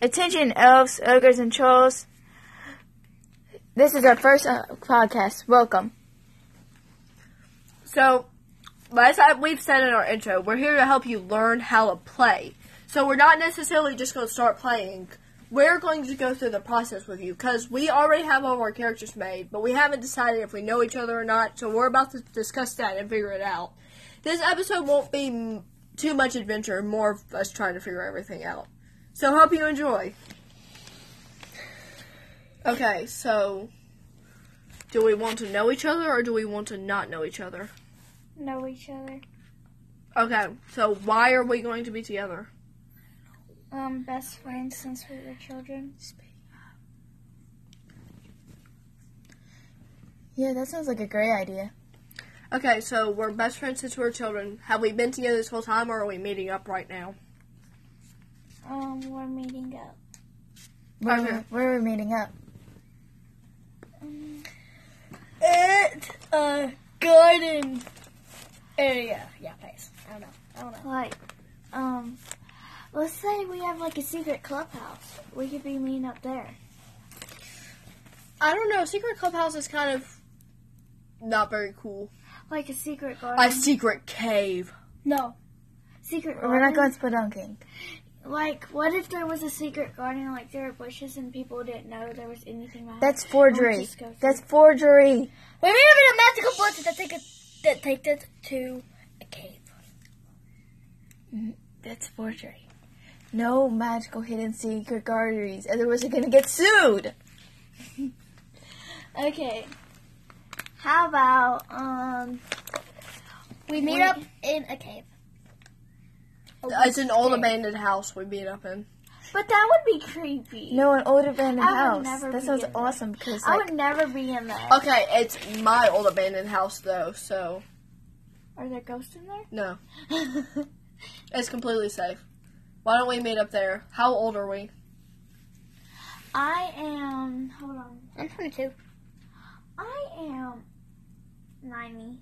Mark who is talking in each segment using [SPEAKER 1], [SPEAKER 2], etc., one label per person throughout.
[SPEAKER 1] Attention, elves, ogres, and trolls. This is our first uh, podcast. Welcome.
[SPEAKER 2] So, as I, we've said in our intro, we're here to help you learn how to play. So we're not necessarily just going to start playing. We're going to go through the process with you because we already have all of our characters made, but we haven't decided if we know each other or not. So we're about to discuss that and figure it out. This episode won't be m- too much adventure, more of us trying to figure everything out. So hope you enjoy. Okay, so do we want to know each other or do we want to not know each other?
[SPEAKER 3] know each other.
[SPEAKER 2] Okay, so why are we going to be together?
[SPEAKER 3] Um, best friends since we were children.
[SPEAKER 1] Yeah, that sounds like a great idea.
[SPEAKER 2] Okay, so we're best friends since we were children. Have we been together this whole time or are we meeting up right now?
[SPEAKER 3] Um, we're meeting up.
[SPEAKER 1] Where,
[SPEAKER 2] Okay.
[SPEAKER 1] where are we meeting up?
[SPEAKER 3] Um,
[SPEAKER 1] At a garden.
[SPEAKER 3] area. Yeah, place. I don't know. I don't know. Like, um, let's say we have like a secret clubhouse. We could be meeting up there.
[SPEAKER 2] I don't know. Secret clubhouse is kind of not very cool.
[SPEAKER 3] Like a secret garden.
[SPEAKER 1] Um,
[SPEAKER 2] A secret cave.
[SPEAKER 3] no. Secret garden.
[SPEAKER 1] We're not going spelunking.
[SPEAKER 3] Like, what if there was a secret garden? Like, there were bushes and people didn't know there was anything. around?
[SPEAKER 1] That's
[SPEAKER 3] We'll
[SPEAKER 1] forgery.
[SPEAKER 3] just go
[SPEAKER 1] That's forgery.
[SPEAKER 3] We're meeting up in a magical fortress that take us that take us to a cave.
[SPEAKER 1] That's forgery. No magical hidden secret garderies, otherwise you're gonna get sued.
[SPEAKER 3] Okay. How about um we meet up in a cave.
[SPEAKER 2] It's an old abandoned house we meet up in.
[SPEAKER 3] But that would be creepy.
[SPEAKER 1] No, an old abandoned
[SPEAKER 3] I would
[SPEAKER 1] house.
[SPEAKER 3] never
[SPEAKER 1] That
[SPEAKER 3] be
[SPEAKER 1] sounds
[SPEAKER 3] in there.
[SPEAKER 1] awesome because
[SPEAKER 3] I
[SPEAKER 1] like, Uh,
[SPEAKER 3] would never be in there.
[SPEAKER 2] Okay, it's my old abandoned house though, so
[SPEAKER 3] Are there ghosts in there?
[SPEAKER 2] no. It's completely safe. Why don't we meet up there? How old are we?
[SPEAKER 3] I am hold on.
[SPEAKER 4] I'm 22.
[SPEAKER 3] I am ninety.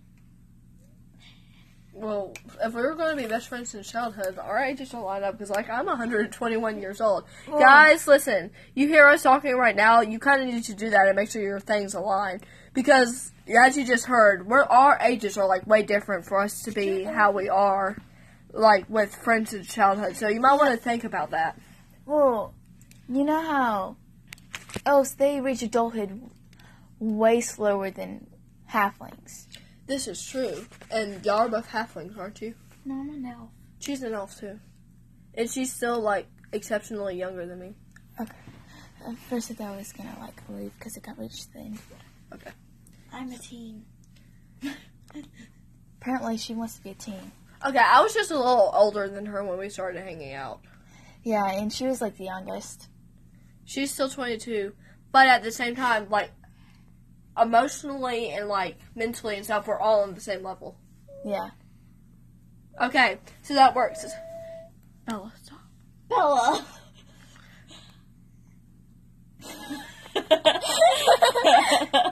[SPEAKER 2] Well, if we were going to be best friends since childhood, our ages don't line up because, like, I'm 121 years old. Guys, listen. You hear us talking right now. You kind of need to do that and make sure your things align because, as you just heard, we're our ages are like way different for us to be how we are, like with friends since childhood. So you might want to think about that.
[SPEAKER 1] well, you know how elves they reach adulthood way slower than halflings.
[SPEAKER 2] This is true. And y'all are both halflings, aren't you?
[SPEAKER 3] No, I'm an elf.
[SPEAKER 2] She's an elf too, and she's still like exceptionally younger than me.
[SPEAKER 1] At first, I thought I was gonna like leave because it got reached thin.
[SPEAKER 3] I'm a teen.
[SPEAKER 1] Apparently, she wants to be a teen.
[SPEAKER 2] Okay, I was just a little older than her when we started hanging out.
[SPEAKER 1] Yeah, and she was like the youngest.
[SPEAKER 2] she's still 22 but at the same time like emotionally and like mentally and stuff we're all on the same level
[SPEAKER 1] Yeah.
[SPEAKER 2] okay so that works bella stop
[SPEAKER 3] Bella.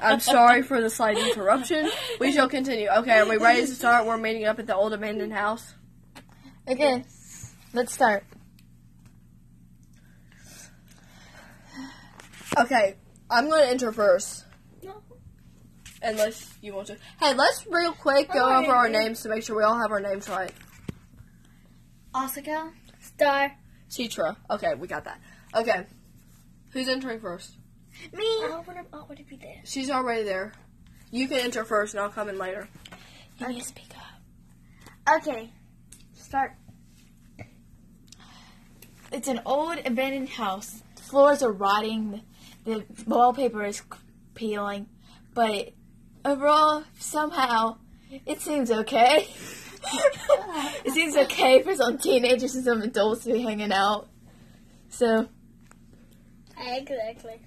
[SPEAKER 2] i'm sorry for the slight interruption we shall continue okay are we ready to start we're meeting up at the old abandoned house
[SPEAKER 1] Okay, let's start.
[SPEAKER 2] okay i'm gonna enter first
[SPEAKER 3] No.
[SPEAKER 2] unless you want to hey let's real quick go
[SPEAKER 3] Alright.
[SPEAKER 2] over our names to make sure we all have our names right
[SPEAKER 3] Osaka. Star.
[SPEAKER 2] citra okay we got that okay who's entering first
[SPEAKER 3] Me. Oh, what if, oh, what if you did?
[SPEAKER 2] She's already there. You can enter first, and I'll come in later.
[SPEAKER 1] You need to speak up.
[SPEAKER 3] Okay. Start.
[SPEAKER 1] It's an old abandoned house. The floors are rotting. The wallpaper is peeling, but overall, somehow, it seems okay. it seems okay for some teenagers and some adults to be hanging out. So
[SPEAKER 3] Exactly.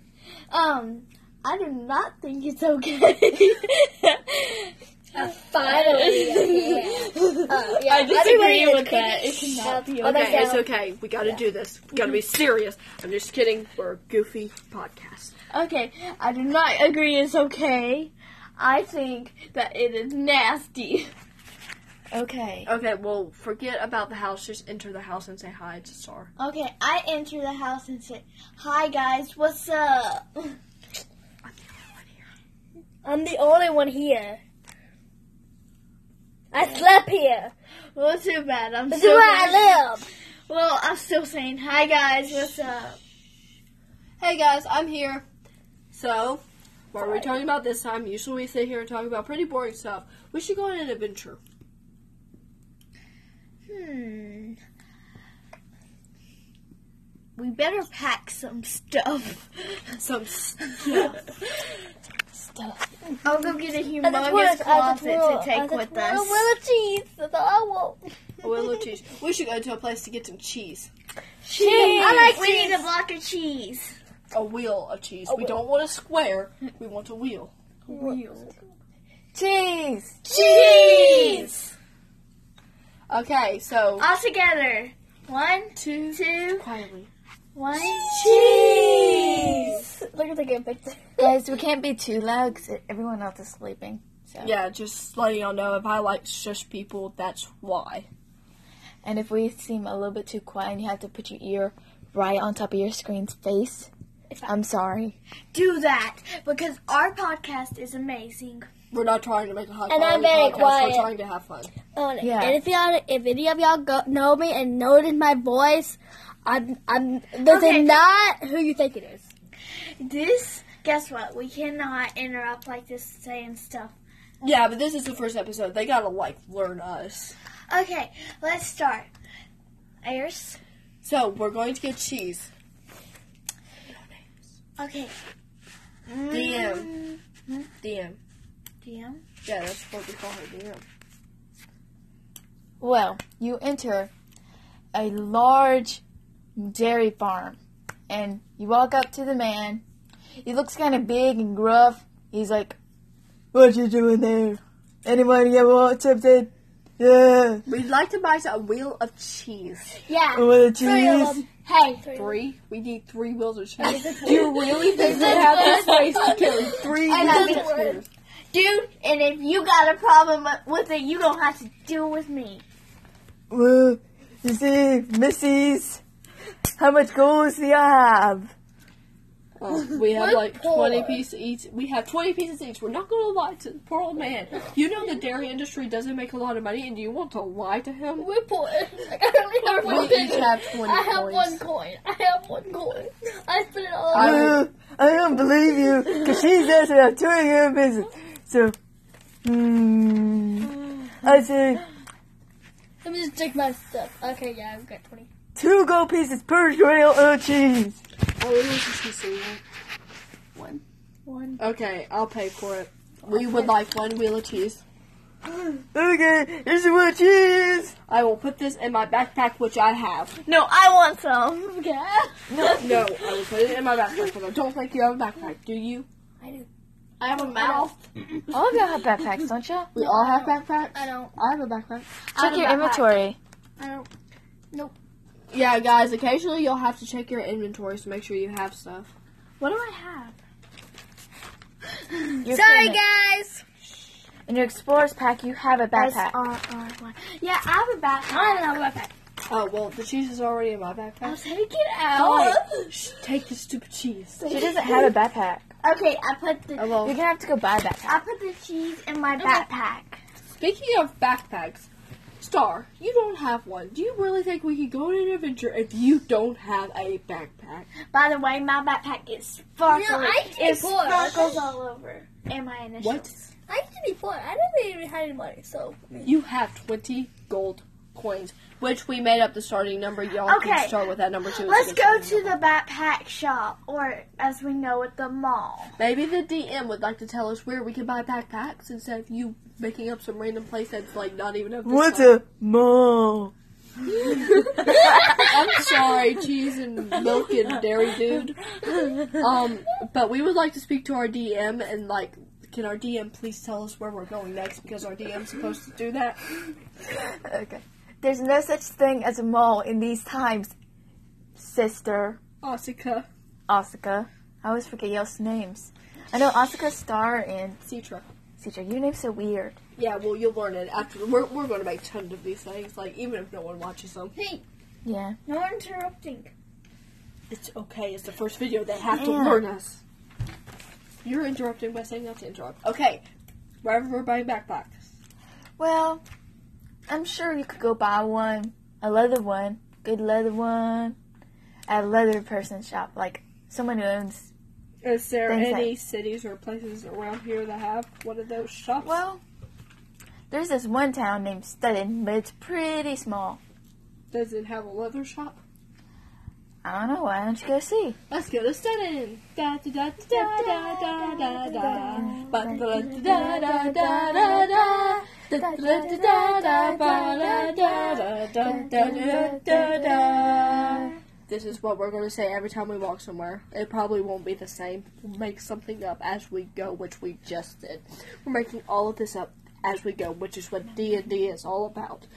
[SPEAKER 3] Um, I do not think it's okay. Finally.
[SPEAKER 1] I disagree with that.
[SPEAKER 2] Okay, it's okay. We gotta do this. We gotta be serious. I'm just kidding. We're a goofy podcast.
[SPEAKER 3] Okay, I do not agree it's okay. I think that it is nasty.
[SPEAKER 1] Okay.
[SPEAKER 2] Okay, well, forget about the house. Just enter the house and say hi to Star.
[SPEAKER 3] Okay, I enter the house and say, "Hi guys, what's up?"
[SPEAKER 2] I'm the only one here.
[SPEAKER 4] I'm the only one here. I slept here.
[SPEAKER 3] Well, too bad. I'm
[SPEAKER 4] This is
[SPEAKER 3] so
[SPEAKER 4] where
[SPEAKER 3] glad-
[SPEAKER 4] I live.
[SPEAKER 3] Well, I'm still saying hi guys. What's up?
[SPEAKER 2] Hey guys, I'm here. So, what are we talking about this time? Usually we sit here and talk about pretty boring stuff. We should go on an adventure.
[SPEAKER 3] Hmm. We better pack some stuff.
[SPEAKER 2] Some stuff.
[SPEAKER 3] I'll go get a
[SPEAKER 4] And the twirl,
[SPEAKER 3] humongous
[SPEAKER 4] and the
[SPEAKER 3] closet
[SPEAKER 4] twirl,
[SPEAKER 3] to
[SPEAKER 4] and
[SPEAKER 3] take
[SPEAKER 4] the
[SPEAKER 3] with
[SPEAKER 4] twirl,
[SPEAKER 3] us.
[SPEAKER 4] Will of cheese. That's all I want.
[SPEAKER 2] a little Oh, cheese. We should go to a place to get some cheese.
[SPEAKER 4] Cheese.
[SPEAKER 3] I like we need a block of cheese.
[SPEAKER 2] A wheel of cheese.
[SPEAKER 4] A
[SPEAKER 2] we
[SPEAKER 4] wheel.
[SPEAKER 2] don't want a square. We want a wheel.
[SPEAKER 1] Cheese.
[SPEAKER 3] Cheese.
[SPEAKER 2] Okay, so
[SPEAKER 3] All together. One,
[SPEAKER 2] two
[SPEAKER 3] two,
[SPEAKER 2] quietly.
[SPEAKER 3] one.
[SPEAKER 1] Cheese.
[SPEAKER 4] Look at the good picture.
[SPEAKER 1] Guys, we can't be too loud because everyone else is sleeping. So.
[SPEAKER 2] Yeah, just letting y'all know if I like shush people, that's why.
[SPEAKER 1] And if we seem a little bit too quiet, you have to put your ear right on top of your screen's face. I'm sorry.
[SPEAKER 3] Do that because our podcast is amazing.
[SPEAKER 2] We're not trying to make a hot
[SPEAKER 4] And I'm
[SPEAKER 2] quality
[SPEAKER 4] very
[SPEAKER 2] podcast,
[SPEAKER 4] quiet.
[SPEAKER 2] We're trying to have fun.
[SPEAKER 4] Oh, and
[SPEAKER 1] Yeah.
[SPEAKER 4] if y'all, if any of y'all go, know me and notice my voice, I'm, I'm. This
[SPEAKER 3] Okay.
[SPEAKER 4] is not who you think it is.
[SPEAKER 3] This, guess what? We cannot interrupt like this saying stuff.
[SPEAKER 2] Yeah, but this is the first episode. They gotta like learn us.
[SPEAKER 3] Okay, let's start. Ayers.
[SPEAKER 2] So we're going to get cheese.
[SPEAKER 3] Okay.
[SPEAKER 2] DM. DM.
[SPEAKER 3] DM.
[SPEAKER 2] Yeah, that's what we call her. DM.
[SPEAKER 1] Well, you enter a large dairy farm and you walk up to the man. He looks kind of big and gruff. He's like, What you doing there? Anybody ever want something? Yeah.
[SPEAKER 2] We'd like to buy a wheel of cheese.
[SPEAKER 1] I
[SPEAKER 4] Yeah.
[SPEAKER 1] want a
[SPEAKER 4] Three of
[SPEAKER 1] cheese.
[SPEAKER 4] them.
[SPEAKER 3] Hey.
[SPEAKER 2] Three. We need three wheels of cheese.
[SPEAKER 1] Do you really think
[SPEAKER 2] they have this place to carry three
[SPEAKER 3] And I
[SPEAKER 2] wheels of
[SPEAKER 3] mean-
[SPEAKER 2] cheese.
[SPEAKER 3] Dude, and if you got a problem with it, you gonna have to deal with me.
[SPEAKER 1] Well, you see, Missy's, how much goals do you have?
[SPEAKER 2] Um, we have
[SPEAKER 4] We're
[SPEAKER 2] like
[SPEAKER 4] poor.
[SPEAKER 2] twenty pieces each. We have twenty pieces each. We're not gonna lie to the poor old man. You know the dairy industry doesn't make a lot of money, and you want to lie to him?
[SPEAKER 4] We're poor. I only have
[SPEAKER 2] We
[SPEAKER 4] one
[SPEAKER 2] each
[SPEAKER 4] penny.
[SPEAKER 2] have twenty
[SPEAKER 4] I have
[SPEAKER 2] coins.
[SPEAKER 4] one coin. I have one coin. I spent it all.
[SPEAKER 2] I-
[SPEAKER 1] Well, I don't believe you, because she's actually a touring your business. So, hmm, I say
[SPEAKER 4] Let me just check my stuff. Okay, yeah, I've got twenty.
[SPEAKER 1] two gold pieces per grail of cheese.
[SPEAKER 2] Oh, it was just a single.
[SPEAKER 1] One.
[SPEAKER 3] One.
[SPEAKER 2] Okay, I'll pay for it. We would like one wheel of cheese.
[SPEAKER 1] Okay, here's the one cheese.
[SPEAKER 2] I will put this in my backpack, which I have.
[SPEAKER 3] No, I want some.
[SPEAKER 4] Okay.
[SPEAKER 2] No, I will put it in my backpack, but I don't think you have a backpack. Do you?
[SPEAKER 4] I do.
[SPEAKER 2] I have a mouth.
[SPEAKER 1] All of y'all have backpacks, don't y'all?
[SPEAKER 2] We all have backpacks.
[SPEAKER 4] I don't.
[SPEAKER 2] I have a backpack.
[SPEAKER 1] Check your inventory.
[SPEAKER 4] I don't.
[SPEAKER 2] Yeah, guys. Occasionally, you'll have to check your inventories to make sure you have stuff.
[SPEAKER 3] What do I have?
[SPEAKER 1] Your
[SPEAKER 4] Sorry,
[SPEAKER 1] equipment.
[SPEAKER 4] guys.
[SPEAKER 1] In your explorer's pack, you have a backpack.
[SPEAKER 3] SRR1. Yeah, I have a backpack.
[SPEAKER 4] I don't know about that.
[SPEAKER 2] Oh well, the cheese is already in my
[SPEAKER 3] I'll
[SPEAKER 2] backpack.
[SPEAKER 3] take it out.
[SPEAKER 2] Shh, take the stupid cheese.
[SPEAKER 1] She doesn't have a backpack.
[SPEAKER 3] Okay, I put the
[SPEAKER 2] Oh
[SPEAKER 1] You're
[SPEAKER 2] well.
[SPEAKER 1] gonna have to go buy a backpack.
[SPEAKER 3] I put the cheese in my backpack.
[SPEAKER 2] Speaking of backpacks, Star, you don't have one. Do you really think we could go on an adventure if you don't have a backpack?
[SPEAKER 3] By the way, my backpack is sparkly.
[SPEAKER 4] No, I take
[SPEAKER 3] it
[SPEAKER 4] four.
[SPEAKER 3] sparkles all over. And my initials.
[SPEAKER 2] What?
[SPEAKER 4] I used to be poor. I never even had any money, so.
[SPEAKER 2] You have twenty gold coins, which we made up the starting number. Y'all
[SPEAKER 3] Okay.
[SPEAKER 2] can start with that number too.
[SPEAKER 3] Let's
[SPEAKER 2] It's a good
[SPEAKER 3] go
[SPEAKER 2] starting
[SPEAKER 3] to the backpack shop, or as we know it, the mall.
[SPEAKER 2] Maybe the DM would like to tell us where we can buy backpacks instead of you making up some random place that's like not even up. to
[SPEAKER 1] What's
[SPEAKER 2] snuff.
[SPEAKER 1] a mall?
[SPEAKER 2] I'm sorry, cheese and milk and dairy dude. Um, but we would like to speak to our DM and like, can our DM please tell us where we're going next because our DM's supposed to do that.
[SPEAKER 1] Okay. There's no such thing as a mole in these times, sister
[SPEAKER 2] Asuka,
[SPEAKER 1] Asuka. I always forget y'all's names. I know Asuka Star and
[SPEAKER 2] Citra.
[SPEAKER 1] Citra. Your name's so weird.
[SPEAKER 2] Yeah, well, you'll learn it after. We're, we're going to make tons of these things, like, even if no one watches them.
[SPEAKER 3] Hey,
[SPEAKER 1] Yeah.
[SPEAKER 3] no interrupting.
[SPEAKER 2] It's okay, it's the first video. They have to
[SPEAKER 1] Yeah.
[SPEAKER 2] learn us. You're interrupting by saying not to interrupt. Okay, wherever we're buying backpacks.
[SPEAKER 1] Well, I'm sure you could go buy one, a leather one, good leather one, at a leather person shop, like someone who owns.
[SPEAKER 2] Is there
[SPEAKER 1] Things
[SPEAKER 2] any cities or places around here that have one of those shops?
[SPEAKER 1] Well, there's this one town named Studden, but it's pretty small.
[SPEAKER 2] Does it have a leather shop?
[SPEAKER 1] I don't know. Why don't you go see?
[SPEAKER 2] Let's go to Stunning. Da da da da da da da da da. Ba da da da da da da da. Da da da da da ba da da da da da da da da. This is what we're gonna say every time we walk somewhere. It probably won't be the same. We'll make something up as we go, which we just did. We're making all of this up as we go, which is what D and D is all about.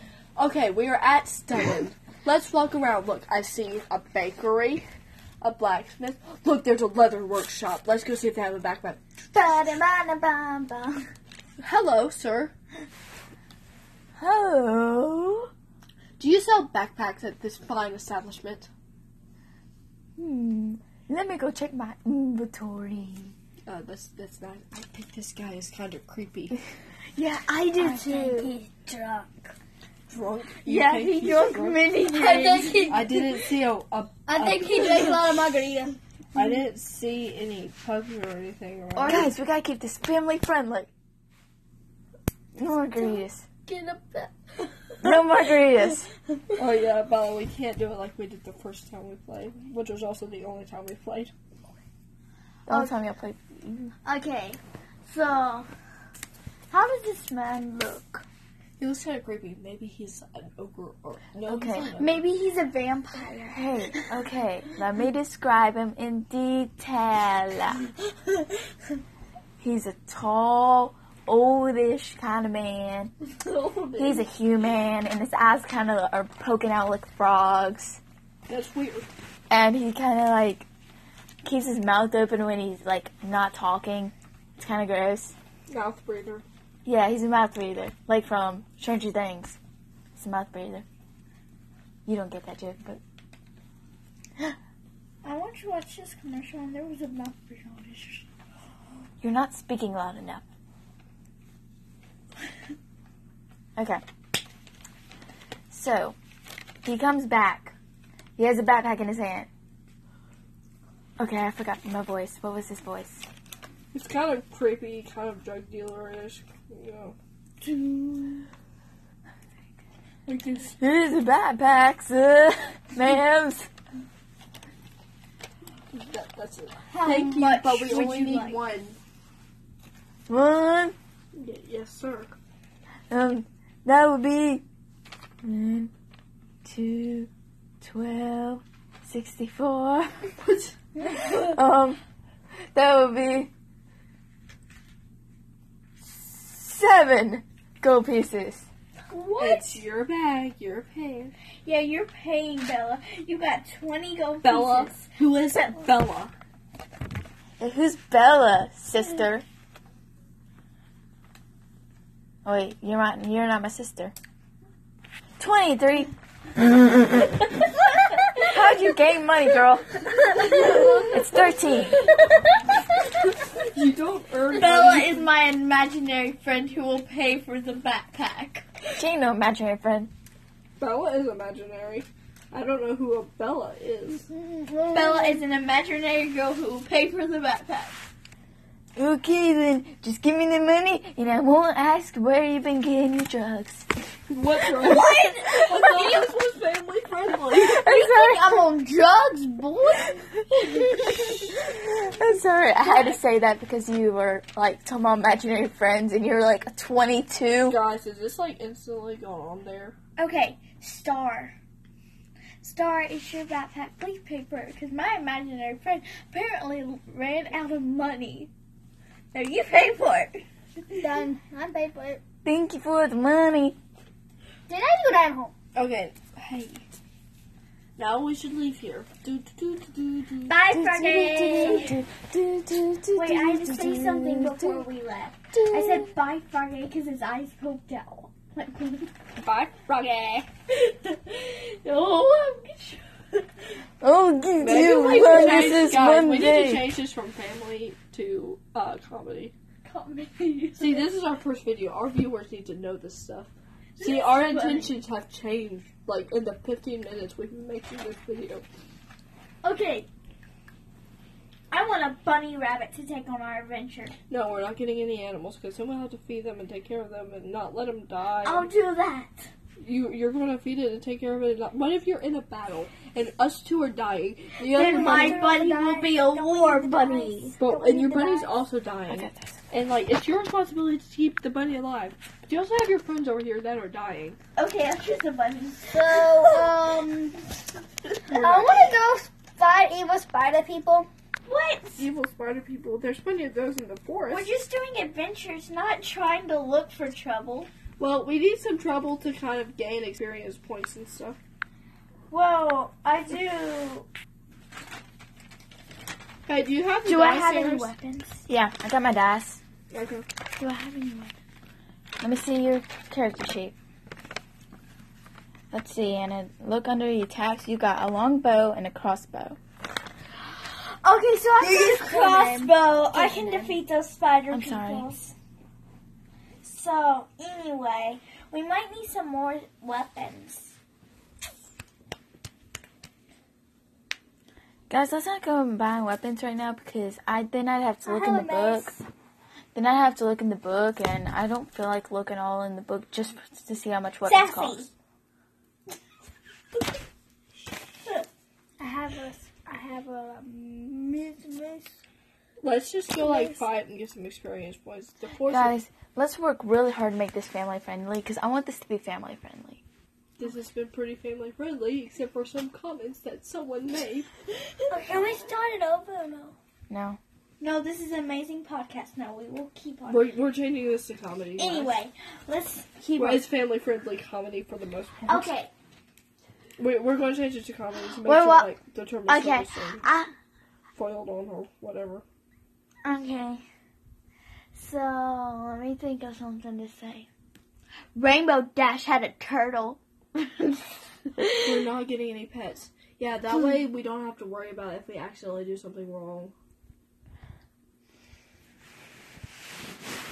[SPEAKER 2] Okay, we are at Stunning. Let's walk around. Look, I see a bakery a blacksmith. Look, there's a leather workshop. Let's go see if they have a backpack.
[SPEAKER 3] Ba-da-ba-da-bum-bum.
[SPEAKER 2] Hello, sir.
[SPEAKER 1] Oh.
[SPEAKER 2] Do you sell backpacks at this fine establishment?
[SPEAKER 1] Hmm. Let me go check my inventory.
[SPEAKER 2] Uh, that's that's not. I think this guy is kind of creepy.
[SPEAKER 1] Yeah, I do
[SPEAKER 3] Think he's drunk.
[SPEAKER 2] Drunk.
[SPEAKER 1] Yeah, he drunk many
[SPEAKER 4] I
[SPEAKER 1] drinks.
[SPEAKER 4] think he,
[SPEAKER 2] I didn't see a. a
[SPEAKER 4] I think he drinks a lot of margarita.
[SPEAKER 2] I didn't see any puppy or anything around.
[SPEAKER 1] Guys, we gotta keep this family friendly. No margaritas.
[SPEAKER 4] Get up there.
[SPEAKER 1] No margaritas.
[SPEAKER 2] Oh yeah, by the way, we can't do it like we did the first time we played, which was also the only time we played.
[SPEAKER 1] The only time y'all played.
[SPEAKER 3] Okay, so how does this man look?
[SPEAKER 2] He looks kind of creepy. Maybe he's an ogre or no. he's
[SPEAKER 1] Okay.
[SPEAKER 2] not an ogre.
[SPEAKER 3] Maybe he's a vampire.
[SPEAKER 1] Hey, okay, let me describe him in detail. He's a tall, oldish kind of man. He's a human, and his eyes kind of are poking out like frogs.
[SPEAKER 2] That's weird.
[SPEAKER 1] and he kind of like keeps his mouth open when he's like not talking. It's kind of gross.
[SPEAKER 2] Mouth breather.
[SPEAKER 1] Yeah, he's a mouth breather, like from Stranger Things. He's a mouth breather. You don't get that joke, but
[SPEAKER 3] I want to watch this commercial, and there was a mouth breather.
[SPEAKER 1] you're not speaking loud enough. Okay. So he comes back. He has a backpack in his hand. Okay, I forgot my voice. What was his voice?
[SPEAKER 2] It's kind of creepy, kind of drug dealer-ish, you know. Like this.
[SPEAKER 1] Here's a backpack, sir, ma'am.
[SPEAKER 2] That, that's it.
[SPEAKER 3] How
[SPEAKER 2] Thank you,
[SPEAKER 3] much
[SPEAKER 2] but we
[SPEAKER 3] would
[SPEAKER 2] only
[SPEAKER 3] you
[SPEAKER 2] need
[SPEAKER 3] like?
[SPEAKER 2] one.
[SPEAKER 1] One,
[SPEAKER 2] Y- yes, sir.
[SPEAKER 1] um, that would be one, two, twelve, sixty-four. um, that would be seven gold pieces.
[SPEAKER 3] What?
[SPEAKER 2] It's your bag, your pay.
[SPEAKER 3] yeah, you're paying Bella. You got twenty gold
[SPEAKER 2] Bella.
[SPEAKER 3] pieces.
[SPEAKER 2] Who is it? Bella.
[SPEAKER 1] And who's Bella, sister? Oh, wait, you're not you're not my sister. Twenty-three. How'd you gain money, girl? It's thirteen.
[SPEAKER 2] You don't earn
[SPEAKER 3] Bella is my imaginary friend who will pay for the backpack.
[SPEAKER 1] She ain't no imaginary friend.
[SPEAKER 2] Bella is imaginary. I don't know who a Bella is.
[SPEAKER 3] Bella is an imaginary girl who will pay for the backpack.
[SPEAKER 1] Okay then, just give me the money and I won't ask where you've been getting your drugs.
[SPEAKER 2] What's wrong? What? What's wrong? This was family friendly.
[SPEAKER 1] I'm sorry.
[SPEAKER 3] I'm on drugs, boy.
[SPEAKER 1] I'm sorry. I had to say that because you were like talking about imaginary friends and you're like 22.
[SPEAKER 2] Guys, is this like instantly going on there?
[SPEAKER 3] Okay, Star. Star, is your backpack. Please pay for it, because my imaginary friend apparently ran out of money. Now you pay for it.
[SPEAKER 4] Done. I paid for it.
[SPEAKER 1] Thank you for the money.
[SPEAKER 4] Did I do that home?
[SPEAKER 2] Okay, hey. Now we should leave here. Do, do, do, do, do.
[SPEAKER 3] Bye, Friday. Wait,
[SPEAKER 4] Wait,
[SPEAKER 3] I had to say something before we left. I said bye, Friday, because his eyes poked out. Like, bye, Friday. oh, I'm
[SPEAKER 4] Oh, did
[SPEAKER 2] Maybe
[SPEAKER 4] you
[SPEAKER 2] we
[SPEAKER 4] learn
[SPEAKER 2] should change-
[SPEAKER 4] this is
[SPEAKER 2] guys,
[SPEAKER 4] one
[SPEAKER 2] we need to
[SPEAKER 4] day?
[SPEAKER 2] change this from family to uh, comedy.
[SPEAKER 3] coming.
[SPEAKER 2] See, this is our first video. Our viewers need to know this stuff. See, our intentions have changed. Like in the 15 minutes we've been making this video.
[SPEAKER 3] Okay. I want a bunny rabbit to take on our adventure.
[SPEAKER 2] No, we're not getting any animals because then we'll have to feed them and take care of them and not let them die.
[SPEAKER 3] I'll do that.
[SPEAKER 2] you you're gonna feed it and take care of it. And not, what if you're in a battle and us two are dying? The other
[SPEAKER 3] Then my
[SPEAKER 2] bunny-
[SPEAKER 3] bunny will be a war bunny.
[SPEAKER 2] but, and your bunny's also dying.
[SPEAKER 1] Okay, that's-
[SPEAKER 2] And like it's your responsibility to keep the bunny alive. But you also have your friends over here that are dying.
[SPEAKER 3] Okay, I'll choose a bunny.
[SPEAKER 4] So, um, I want to go fight evil spider people.
[SPEAKER 3] What?
[SPEAKER 2] Evil spider people. There's plenty of those in the forest.
[SPEAKER 3] We're just doing adventures, not trying to look for trouble.
[SPEAKER 2] well, we need some trouble to kind of gain experience points and stuff.
[SPEAKER 3] Well, I do.
[SPEAKER 2] Hey, do you have the
[SPEAKER 1] Do I
[SPEAKER 2] dice
[SPEAKER 1] have any
[SPEAKER 2] Sarah's-
[SPEAKER 3] Weapons.
[SPEAKER 1] Yeah, I got my dice.
[SPEAKER 2] Okay.
[SPEAKER 1] Do I have any weapons? Let me see your character sheet. Let's see, Anna. Look under your tabs. You got a long bow and a crossbow.
[SPEAKER 3] Okay, so I can use
[SPEAKER 4] Conan.
[SPEAKER 3] crossbow. I can defeat those spider
[SPEAKER 1] I'm sorry.
[SPEAKER 3] people. So anyway, we might need some more weapons.
[SPEAKER 1] Guys, let's not go and buy weapons right now because I then I'd have to
[SPEAKER 3] I
[SPEAKER 1] look in
[SPEAKER 3] have
[SPEAKER 1] the
[SPEAKER 3] a mace.
[SPEAKER 1] book. Then I'd have to look in the book, and I don't feel like looking all in the book just to see how much weapons
[SPEAKER 3] Sassy.
[SPEAKER 1] cost.
[SPEAKER 4] I have a, I have a miss.
[SPEAKER 2] Let's just go like fight and get some experience points. The forest.
[SPEAKER 1] Guys, let's work really hard to make this family friendly because I want this to be family friendly.
[SPEAKER 2] This has been pretty family friendly, except for some comments that someone made.
[SPEAKER 3] Can we start it over? No.
[SPEAKER 1] No.
[SPEAKER 3] No, this is an amazing podcast. No, we will keep on.
[SPEAKER 2] We're, we're changing this to comedy. guys.
[SPEAKER 3] Anyway, let's keep
[SPEAKER 2] Well,
[SPEAKER 3] on.
[SPEAKER 2] it's family friendly comedy for the most part.
[SPEAKER 3] Okay.
[SPEAKER 2] We, we're going to change it to comedy to make
[SPEAKER 1] Wait,
[SPEAKER 2] sure,
[SPEAKER 1] what-
[SPEAKER 2] like, the term is
[SPEAKER 3] Okay.
[SPEAKER 2] not the same.
[SPEAKER 3] I,
[SPEAKER 2] foiled on or whatever.
[SPEAKER 3] okay. So let me think of something to say. Rainbow Dash had a turtle.
[SPEAKER 2] We're not getting any pets. Yeah,
[SPEAKER 3] Hmm.
[SPEAKER 2] that way we don't have to worry about if we accidentally do something wrong.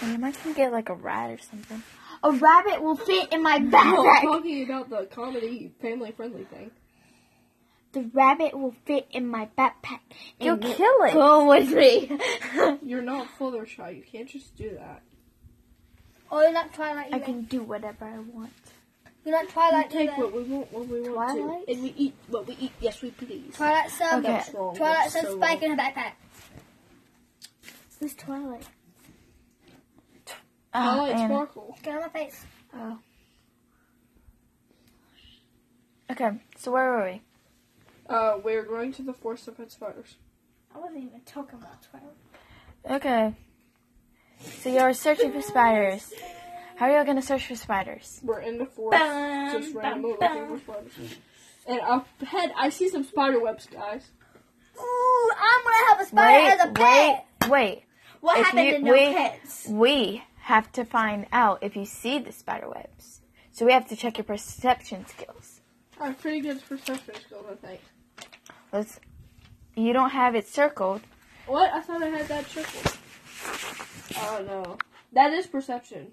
[SPEAKER 1] And you might can get like a rat or something.
[SPEAKER 3] A rabbit will fit in my
[SPEAKER 2] Oh,
[SPEAKER 3] backpack.
[SPEAKER 2] talking about the comedy family friendly thing.
[SPEAKER 3] The rabbit will fit in my backpack.
[SPEAKER 1] You'll
[SPEAKER 3] And
[SPEAKER 1] kill it.
[SPEAKER 3] Go with me.
[SPEAKER 2] You're not full of shot. You can't just do that.
[SPEAKER 4] Oh, you're not Twilight.
[SPEAKER 3] I
[SPEAKER 4] Either.
[SPEAKER 3] can do whatever I want.
[SPEAKER 4] You're not
[SPEAKER 2] We
[SPEAKER 4] Twilight.
[SPEAKER 2] take
[SPEAKER 4] either.
[SPEAKER 2] what we want when we want
[SPEAKER 1] Twilight?
[SPEAKER 2] to, and we eat what we eat. Yes, we please.
[SPEAKER 3] Oh,
[SPEAKER 4] Twilight sub.
[SPEAKER 1] Okay.
[SPEAKER 2] That's wrong.
[SPEAKER 4] Twilight
[SPEAKER 2] That's
[SPEAKER 4] sub
[SPEAKER 2] so
[SPEAKER 4] Spike
[SPEAKER 2] wrong.
[SPEAKER 4] in her backpack.
[SPEAKER 3] Who's Twilight?
[SPEAKER 1] Ah,
[SPEAKER 2] Twilight
[SPEAKER 1] Anna.
[SPEAKER 2] Sparkle.
[SPEAKER 4] Get on my face.
[SPEAKER 1] Okay, so where were we?
[SPEAKER 2] Uh, we're going to the Forest of Pet Spiders.
[SPEAKER 3] I wasn't even talking about Twilight.
[SPEAKER 1] Okay. So you're searching for spiders. How are y'all gonna search for spiders?
[SPEAKER 2] We're in the forest,
[SPEAKER 3] Bum,
[SPEAKER 2] just
[SPEAKER 3] bum,
[SPEAKER 2] randomly
[SPEAKER 3] bum.
[SPEAKER 2] looking for spiders. And up ahead, I see some spider webs, guys.
[SPEAKER 4] Ooh, I'm gonna have a spider as a pet.
[SPEAKER 1] wait, wait.
[SPEAKER 3] What
[SPEAKER 1] If
[SPEAKER 3] happened
[SPEAKER 1] you-
[SPEAKER 3] to no
[SPEAKER 1] we-
[SPEAKER 3] pets?
[SPEAKER 1] We have to find out if you see the spider webs. So we have to check your perception skills.
[SPEAKER 2] I'm pretty good for perception skills, I think.
[SPEAKER 1] Let's. You don't have it circled.
[SPEAKER 2] What? I thought I had that triple. Oh no. That is perception.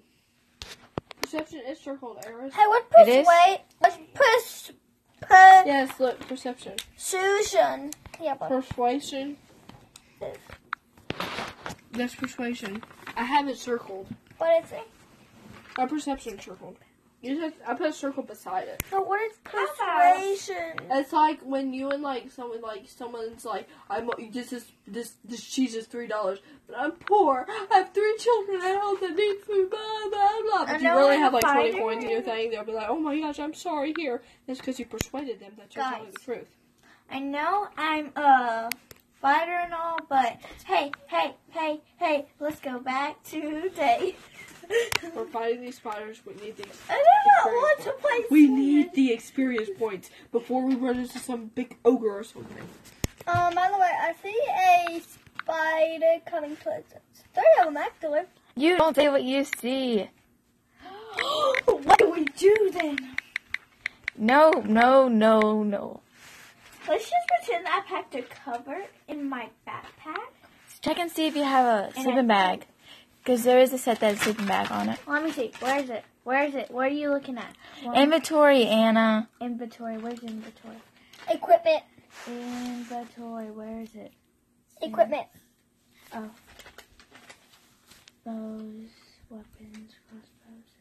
[SPEAKER 2] Perception is circled arrows.
[SPEAKER 4] Hey, what
[SPEAKER 1] It
[SPEAKER 4] push
[SPEAKER 1] is?
[SPEAKER 4] weight? Let's push. Push.
[SPEAKER 2] Yes, look, perception.
[SPEAKER 4] Susan. Yeah, but
[SPEAKER 2] Persuasion. That's persuasion. I have it circled.
[SPEAKER 4] what is it?
[SPEAKER 2] My perception circled. You just I put a circle beside it.
[SPEAKER 4] But what is
[SPEAKER 3] Papa.
[SPEAKER 4] persuasion?
[SPEAKER 2] It's like when you and like someone like someone's like I'm this is this this cheese is three dollars, but I'm poor. I have three children at home that need food. Blah blah blah. But you
[SPEAKER 3] know
[SPEAKER 2] really
[SPEAKER 3] I'm
[SPEAKER 2] have like
[SPEAKER 3] a
[SPEAKER 2] twenty
[SPEAKER 3] fighter.
[SPEAKER 2] coins in your thing. They'll be like, oh my gosh, I'm sorry. Here, that's because you persuaded them that you're telling
[SPEAKER 3] Guys.
[SPEAKER 2] the truth.
[SPEAKER 3] I know I'm a fighter and all, but hey, hey, hey, hey, let's go back to day.
[SPEAKER 2] We're fighting these spiders. We need these.
[SPEAKER 3] I do not want to play
[SPEAKER 2] We
[SPEAKER 3] Sonic.
[SPEAKER 2] need the experience points before we run into some big ogre or something.
[SPEAKER 3] Um, by the way, I see a spider coming towards us. Three of them, actually.
[SPEAKER 1] You don't say what you see.
[SPEAKER 3] what do we do then?
[SPEAKER 1] No, no, no, no.
[SPEAKER 3] Let's just pretend I packed a cover in my backpack.
[SPEAKER 1] Check and see if you have a
[SPEAKER 3] And
[SPEAKER 1] sleeping
[SPEAKER 3] I-
[SPEAKER 1] bag. Because there is a set that has a sleeping bag on it.
[SPEAKER 3] Let me see. Where is it? Where is it? Where are you looking at? One-
[SPEAKER 1] Inventory, Anna.
[SPEAKER 3] inventory. Where's inventory?
[SPEAKER 4] Equipment.
[SPEAKER 3] Inventory. Where is it? Oh.
[SPEAKER 4] Equipment.
[SPEAKER 3] Bows, weapons, crossbows.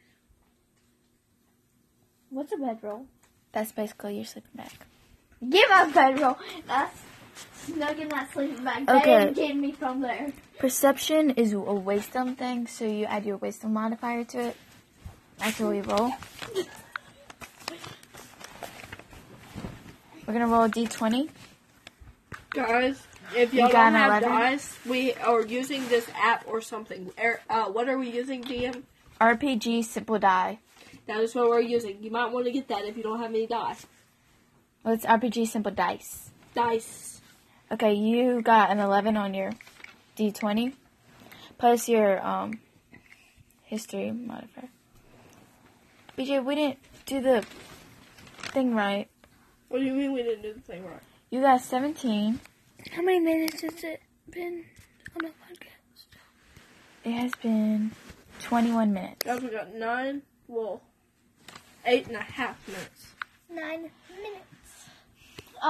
[SPEAKER 3] What's a bedroll?
[SPEAKER 1] That's basically your sleeping bag.
[SPEAKER 3] Give a bedroll. That's snug in that sleeping bag.
[SPEAKER 1] Okay.
[SPEAKER 3] They get me from there.
[SPEAKER 1] Perception is a wisdom thing, so you add your wisdom modifier to it. After we roll. We're gonna roll a d20.
[SPEAKER 2] Guys, if y'all
[SPEAKER 1] You got
[SPEAKER 2] don't
[SPEAKER 1] an
[SPEAKER 2] have
[SPEAKER 1] 11?
[SPEAKER 2] dice, we are using this app or something. Er, Uh, what are we using, DM?
[SPEAKER 1] RPG Simple Die.
[SPEAKER 2] That is what we're using. You might want to get that if you don't have any dice.
[SPEAKER 1] Well, it's RPG Simple Dice.
[SPEAKER 2] Dice.
[SPEAKER 1] Okay, you got an 11 on your d20. Plus your um, history modifier. BJ, we didn't do the thing right.
[SPEAKER 2] What do you mean we didn't do the thing right?
[SPEAKER 1] You got 17.
[SPEAKER 4] How many minutes has it been on the podcast?
[SPEAKER 1] It has been 21 minutes.
[SPEAKER 2] Guys, we got nine, well, eight and a half minutes.
[SPEAKER 3] Nine minutes.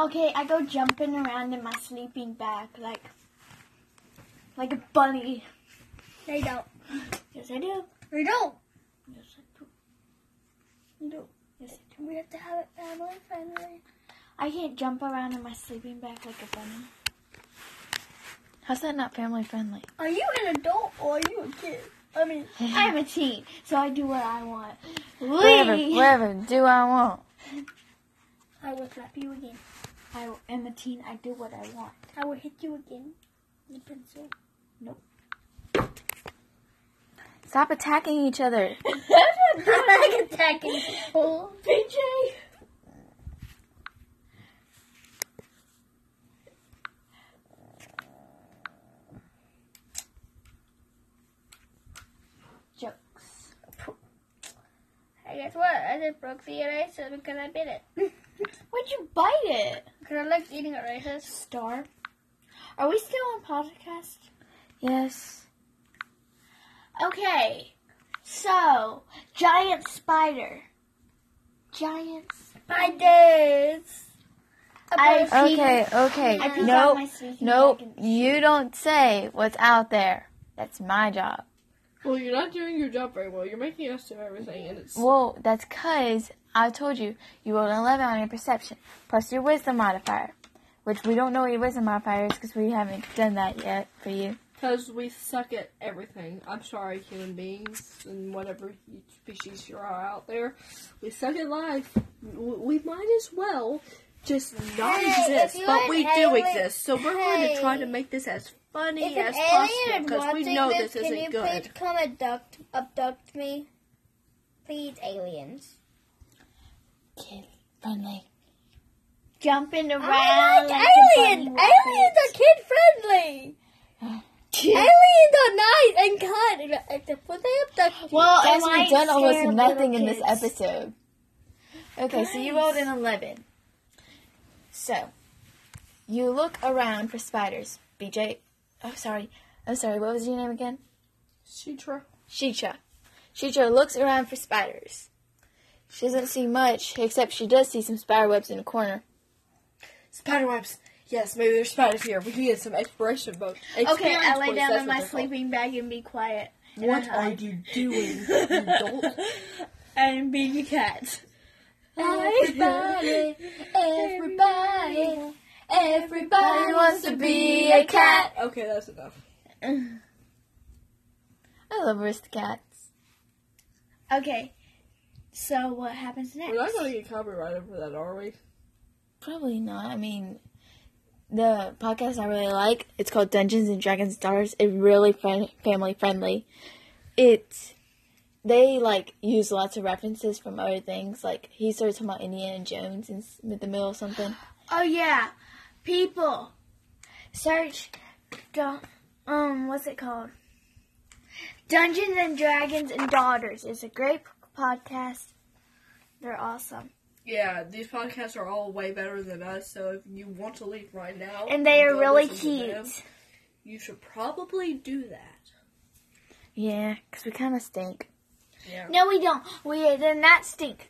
[SPEAKER 3] Okay, I go jumping around in my sleeping bag like like a bunny.
[SPEAKER 4] They don't.
[SPEAKER 3] Yes, I do.
[SPEAKER 4] They don't.
[SPEAKER 3] Yes, I do. I do. Yes, I do.
[SPEAKER 4] We have to have it family friendly.
[SPEAKER 3] I can't jump around in my sleeping bag like a bunny.
[SPEAKER 1] How's that not family friendly?
[SPEAKER 4] Are you an adult or are you a kid? I mean,
[SPEAKER 3] I'm a teen, so I do what I want.
[SPEAKER 1] Whatever,
[SPEAKER 3] Wee!
[SPEAKER 1] whatever do I want?
[SPEAKER 4] I will slap you again.
[SPEAKER 3] I am a teen. I do what I want.
[SPEAKER 4] I will hit you again. The pencil.
[SPEAKER 1] Stop attacking each other.
[SPEAKER 4] I'm like attacking people.
[SPEAKER 3] PJ. Jokes.
[SPEAKER 4] Hey, guess what? I just broke the eraser because I bit it.
[SPEAKER 3] Why'd you bite it?
[SPEAKER 4] Because I like eating erasers.
[SPEAKER 3] Star. Are we still on podcast?
[SPEAKER 1] Yes.
[SPEAKER 3] Okay. So, giant spider. Giant
[SPEAKER 4] Spiders.
[SPEAKER 3] I
[SPEAKER 4] I
[SPEAKER 1] Okay, okay.
[SPEAKER 3] I peek out my
[SPEAKER 1] No,
[SPEAKER 3] sleeping
[SPEAKER 1] no,
[SPEAKER 3] bag and-
[SPEAKER 1] you don't say what's out there. That's my job.
[SPEAKER 2] Well, you're not doing your job very well. You're making us do everything, and it's
[SPEAKER 1] Well, that's because I told you you rolled an 11 on your perception plus your wisdom modifier, which we don't know what your wisdom modifier is because we haven't done that yet for you.
[SPEAKER 2] because we suck at everything. I'm sorry, human beings and whatever species you are out there. We suck at life. W- We might as well just not
[SPEAKER 4] Hey,
[SPEAKER 2] exist,
[SPEAKER 4] if you
[SPEAKER 2] but
[SPEAKER 4] an
[SPEAKER 2] we do
[SPEAKER 4] alien-
[SPEAKER 2] exist. So we're going to try to
[SPEAKER 4] Hey.
[SPEAKER 2] make this as funny
[SPEAKER 4] If
[SPEAKER 2] as
[SPEAKER 4] an
[SPEAKER 2] possible
[SPEAKER 4] alien is
[SPEAKER 2] because we
[SPEAKER 4] watching
[SPEAKER 2] know
[SPEAKER 4] this,
[SPEAKER 2] this,
[SPEAKER 4] can you
[SPEAKER 2] isn't good.
[SPEAKER 4] please come abduct, abduct me? Please, aliens.
[SPEAKER 1] Kid friendly.
[SPEAKER 3] jumping around.
[SPEAKER 4] I
[SPEAKER 3] like
[SPEAKER 4] like
[SPEAKER 3] a
[SPEAKER 4] aliens.
[SPEAKER 3] bunny
[SPEAKER 4] Aliens are kid friendly.
[SPEAKER 1] Kid.
[SPEAKER 4] Aliens are nice and kind, except for they abduct me.
[SPEAKER 3] Well,
[SPEAKER 1] Guys,
[SPEAKER 3] am I
[SPEAKER 1] we've done
[SPEAKER 3] scared
[SPEAKER 1] almost
[SPEAKER 3] of
[SPEAKER 1] nothing in
[SPEAKER 3] little
[SPEAKER 1] this
[SPEAKER 3] kids?
[SPEAKER 1] episode. Okay, so you rolled an 11. So, you look around for spiders. BJ, oh, sorry. I'm sorry, what was your name again?
[SPEAKER 2] Sutra.
[SPEAKER 1] Shitra. Shitra looks around for spiders. She doesn't see much, except she does see some spider webs in a corner.
[SPEAKER 2] Spider webs. Yes, maybe there's spiders here. We can get some exploration boat.
[SPEAKER 3] Okay, I lay down in my sleeping bag and be quiet. And
[SPEAKER 2] What
[SPEAKER 3] I
[SPEAKER 2] are
[SPEAKER 3] hide.
[SPEAKER 2] you doing, you adult?
[SPEAKER 3] And be a cat.
[SPEAKER 4] Everybody, everybody, everybody
[SPEAKER 1] wants to be a cat.
[SPEAKER 2] Okay, that's enough.
[SPEAKER 1] I love wrist cats.
[SPEAKER 3] Okay. So what happens
[SPEAKER 2] We're not
[SPEAKER 3] next?
[SPEAKER 2] gonna get copyrighted for that, are we?
[SPEAKER 1] Probably not. I mean, the podcast I really like, it's called Dungeons and Dragons Stars. It's really friend- family friendly. It they like use lots of references from other things. Like he started talking about Indiana Jones in s- in the middle of something.
[SPEAKER 3] Oh yeah, people search. Dun- um, what's it called? Dungeons and Dragons and Daughters is a great podcast. They're awesome,
[SPEAKER 2] Yeah, these podcasts are all way better than us. So if you want to leave right now,
[SPEAKER 3] and they are
[SPEAKER 2] go
[SPEAKER 3] really
[SPEAKER 2] listen to
[SPEAKER 3] cute.
[SPEAKER 2] them, you should probably do that.
[SPEAKER 1] Yeah, because we kind of stink.
[SPEAKER 2] Yeah.
[SPEAKER 3] No, we don't. We did not stink.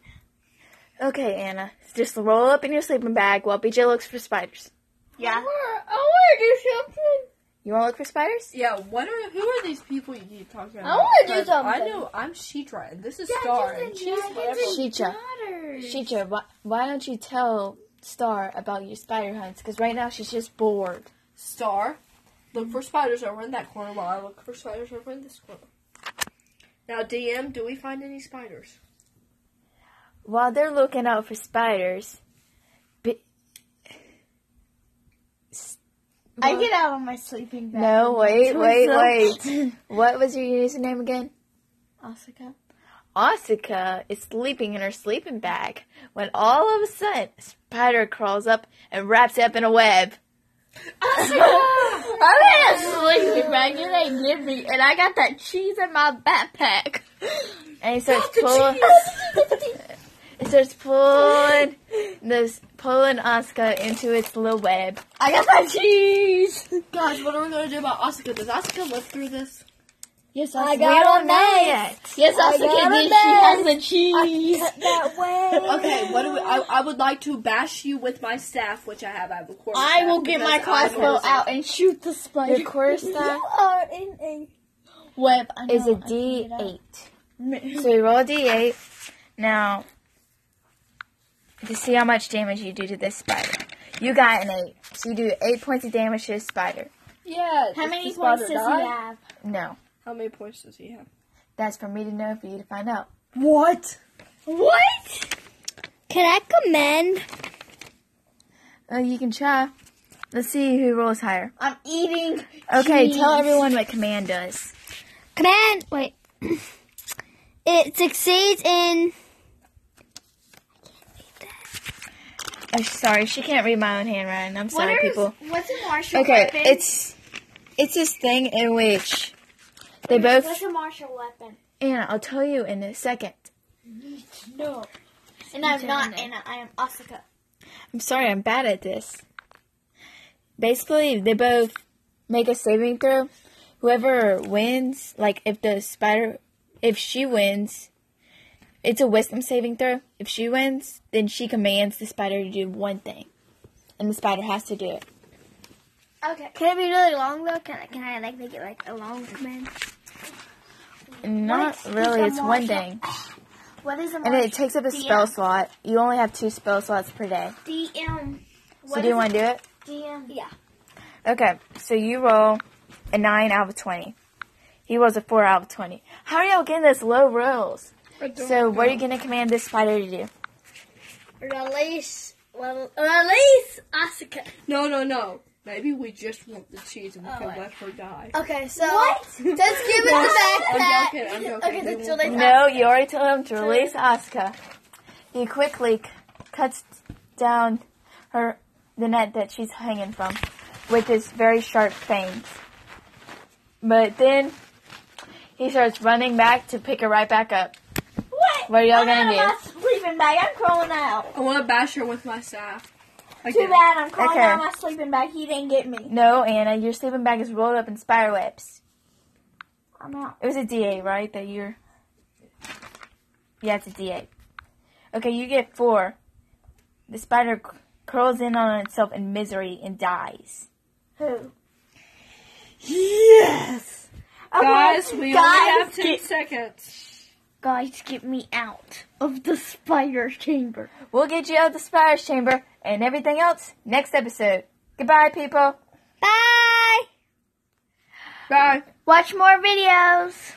[SPEAKER 1] Okay, Anna, just roll up in your sleeping bag while BJ looks for spiders.
[SPEAKER 3] Yeah.
[SPEAKER 4] I want to do something.
[SPEAKER 1] You want to look for spiders?
[SPEAKER 2] Yeah, what are who are these people you keep talking about?
[SPEAKER 4] wanna do
[SPEAKER 2] 'Cause I
[SPEAKER 4] something.
[SPEAKER 2] know I'm Sheetra, and this is Star, and she's whatever.
[SPEAKER 1] Sheetra,
[SPEAKER 3] Daughters.
[SPEAKER 1] Sheetra, why, why don't you tell Star about your spider hunts? Because right now she's just bored.
[SPEAKER 2] Star, look for spiders over in that corner while I look for spiders over in this corner. Now, DM, do we find any spiders?
[SPEAKER 1] While they're looking out for spiders, B-
[SPEAKER 3] I get out of my sleeping bag.
[SPEAKER 1] no, wait, wait,
[SPEAKER 3] myself.
[SPEAKER 1] wait. what was your username again?
[SPEAKER 3] Asuka.
[SPEAKER 1] Asuka is sleeping in her sleeping bag when all of a sudden a spider crawls up and wraps up in a web.
[SPEAKER 4] I'm in a sleeping bag. You ain't give me, and I got that cheese in my backpack.
[SPEAKER 1] And he starts pulling it starts pulling this pulling Asuka into its little web.
[SPEAKER 4] I got that cheese.
[SPEAKER 2] Guys, what are we gonna do about Asuka? Does Asuka live through this?
[SPEAKER 1] Yes,
[SPEAKER 4] I got a knife. Yes, I
[SPEAKER 1] got
[SPEAKER 4] can
[SPEAKER 1] a
[SPEAKER 4] this. She has the cheese.
[SPEAKER 3] That way.
[SPEAKER 2] Okay, what do we? I, I would like to bash you with my staff, which I have. I have a quarter.
[SPEAKER 4] I
[SPEAKER 2] staff
[SPEAKER 4] will get
[SPEAKER 2] because
[SPEAKER 4] my
[SPEAKER 2] I'm
[SPEAKER 4] crossbow
[SPEAKER 2] awesome.
[SPEAKER 4] out and shoot the
[SPEAKER 1] Your
[SPEAKER 4] spider
[SPEAKER 1] quarter staff
[SPEAKER 3] are in a
[SPEAKER 4] web. I
[SPEAKER 1] is a
[SPEAKER 4] know.
[SPEAKER 1] D eight. So you roll a D eight. Now to see how much damage you do to this spider. You got an eight. So you do eight points of damage to this spider.
[SPEAKER 2] Yeah.
[SPEAKER 3] How
[SPEAKER 2] does
[SPEAKER 3] many
[SPEAKER 2] the spider
[SPEAKER 3] points does he
[SPEAKER 2] die?
[SPEAKER 3] have?
[SPEAKER 1] No.
[SPEAKER 2] How many points does he have?
[SPEAKER 1] That's for me to know for you to find out.
[SPEAKER 2] What?
[SPEAKER 4] What? Can I commend?
[SPEAKER 1] Uh, you can try. Let's see who rolls higher.
[SPEAKER 3] I'm eating.
[SPEAKER 1] Okay,
[SPEAKER 3] Jeez.
[SPEAKER 1] tell everyone what command does.
[SPEAKER 4] Command. Wait. It succeeds in.
[SPEAKER 1] I'm sorry, she can't read my own handwriting. I'm
[SPEAKER 3] What
[SPEAKER 1] sorry,
[SPEAKER 3] are-
[SPEAKER 1] people.
[SPEAKER 3] What's a martial
[SPEAKER 1] Okay,
[SPEAKER 3] weapon?
[SPEAKER 1] it's it's this thing in which they both.
[SPEAKER 3] What's a martial weapon?
[SPEAKER 1] Anna, I'll tell you in a second.
[SPEAKER 3] No. And I'm
[SPEAKER 1] don't
[SPEAKER 3] not
[SPEAKER 1] know.
[SPEAKER 3] Anna. I am Asuka.
[SPEAKER 1] I'm sorry, I'm bad at this. Basically, they both make a saving throw. Whoever wins, like if the spider, if she wins, it's a wisdom saving throw. If she wins, then she commands the spider to do one thing, and the spider has to do it.
[SPEAKER 3] Okay.
[SPEAKER 4] Can it be really long though? Can I? Can I like make it like a long command?
[SPEAKER 1] Not
[SPEAKER 3] What is
[SPEAKER 1] really,
[SPEAKER 3] a
[SPEAKER 1] it's one
[SPEAKER 3] martial-
[SPEAKER 1] thing.
[SPEAKER 3] What is a
[SPEAKER 1] And
[SPEAKER 3] martial
[SPEAKER 1] it takes up a spell slot. You only have two spell slots per day.
[SPEAKER 3] DM.
[SPEAKER 1] So do you want to do it?
[SPEAKER 3] DM? Yeah.
[SPEAKER 1] Okay, so you roll a 9 out of 20. He rolls a 4 out of 20. How are y'all getting this low rolls? So what are you going to command this spider to do?
[SPEAKER 4] Release. Well, release Asuka.
[SPEAKER 2] No, no, no. Maybe we just want the cheese and we can let her die.
[SPEAKER 4] Okay, so let's give it the
[SPEAKER 2] I'm
[SPEAKER 4] backpack.
[SPEAKER 2] joking. I'm joking.
[SPEAKER 4] Okay,
[SPEAKER 2] We
[SPEAKER 4] that's
[SPEAKER 2] won't-
[SPEAKER 4] really-
[SPEAKER 1] No, you already told him to release Asuka. He quickly c- cuts down her the net that she's hanging from with his very sharp fangs. But then he starts running back to pick her right back up.
[SPEAKER 3] What?
[SPEAKER 1] What are y'all
[SPEAKER 3] I'm
[SPEAKER 1] gonna
[SPEAKER 3] out of my sleeping bag. I'm crawling out.
[SPEAKER 2] I want to bash her with my staff.
[SPEAKER 3] Too
[SPEAKER 2] Again.
[SPEAKER 3] bad I'm crawling
[SPEAKER 1] Okay.
[SPEAKER 3] out of my sleeping bag. He didn't get me.
[SPEAKER 1] No, Anna, your sleeping bag is rolled up in spider webs.
[SPEAKER 3] I'm out.
[SPEAKER 1] It was a D8, right? That you're. Yeah, it's a D8. Okay, you get four. The spider c- curls in on itself in misery and dies.
[SPEAKER 3] Who?
[SPEAKER 2] Yes. Guys, we only have ten seconds.
[SPEAKER 3] Guys, get me out of the spider chamber.
[SPEAKER 1] We'll get you out of the spider's chamber and everything else next episode. Goodbye, people.
[SPEAKER 4] Bye.
[SPEAKER 2] Bye.
[SPEAKER 3] Watch more videos.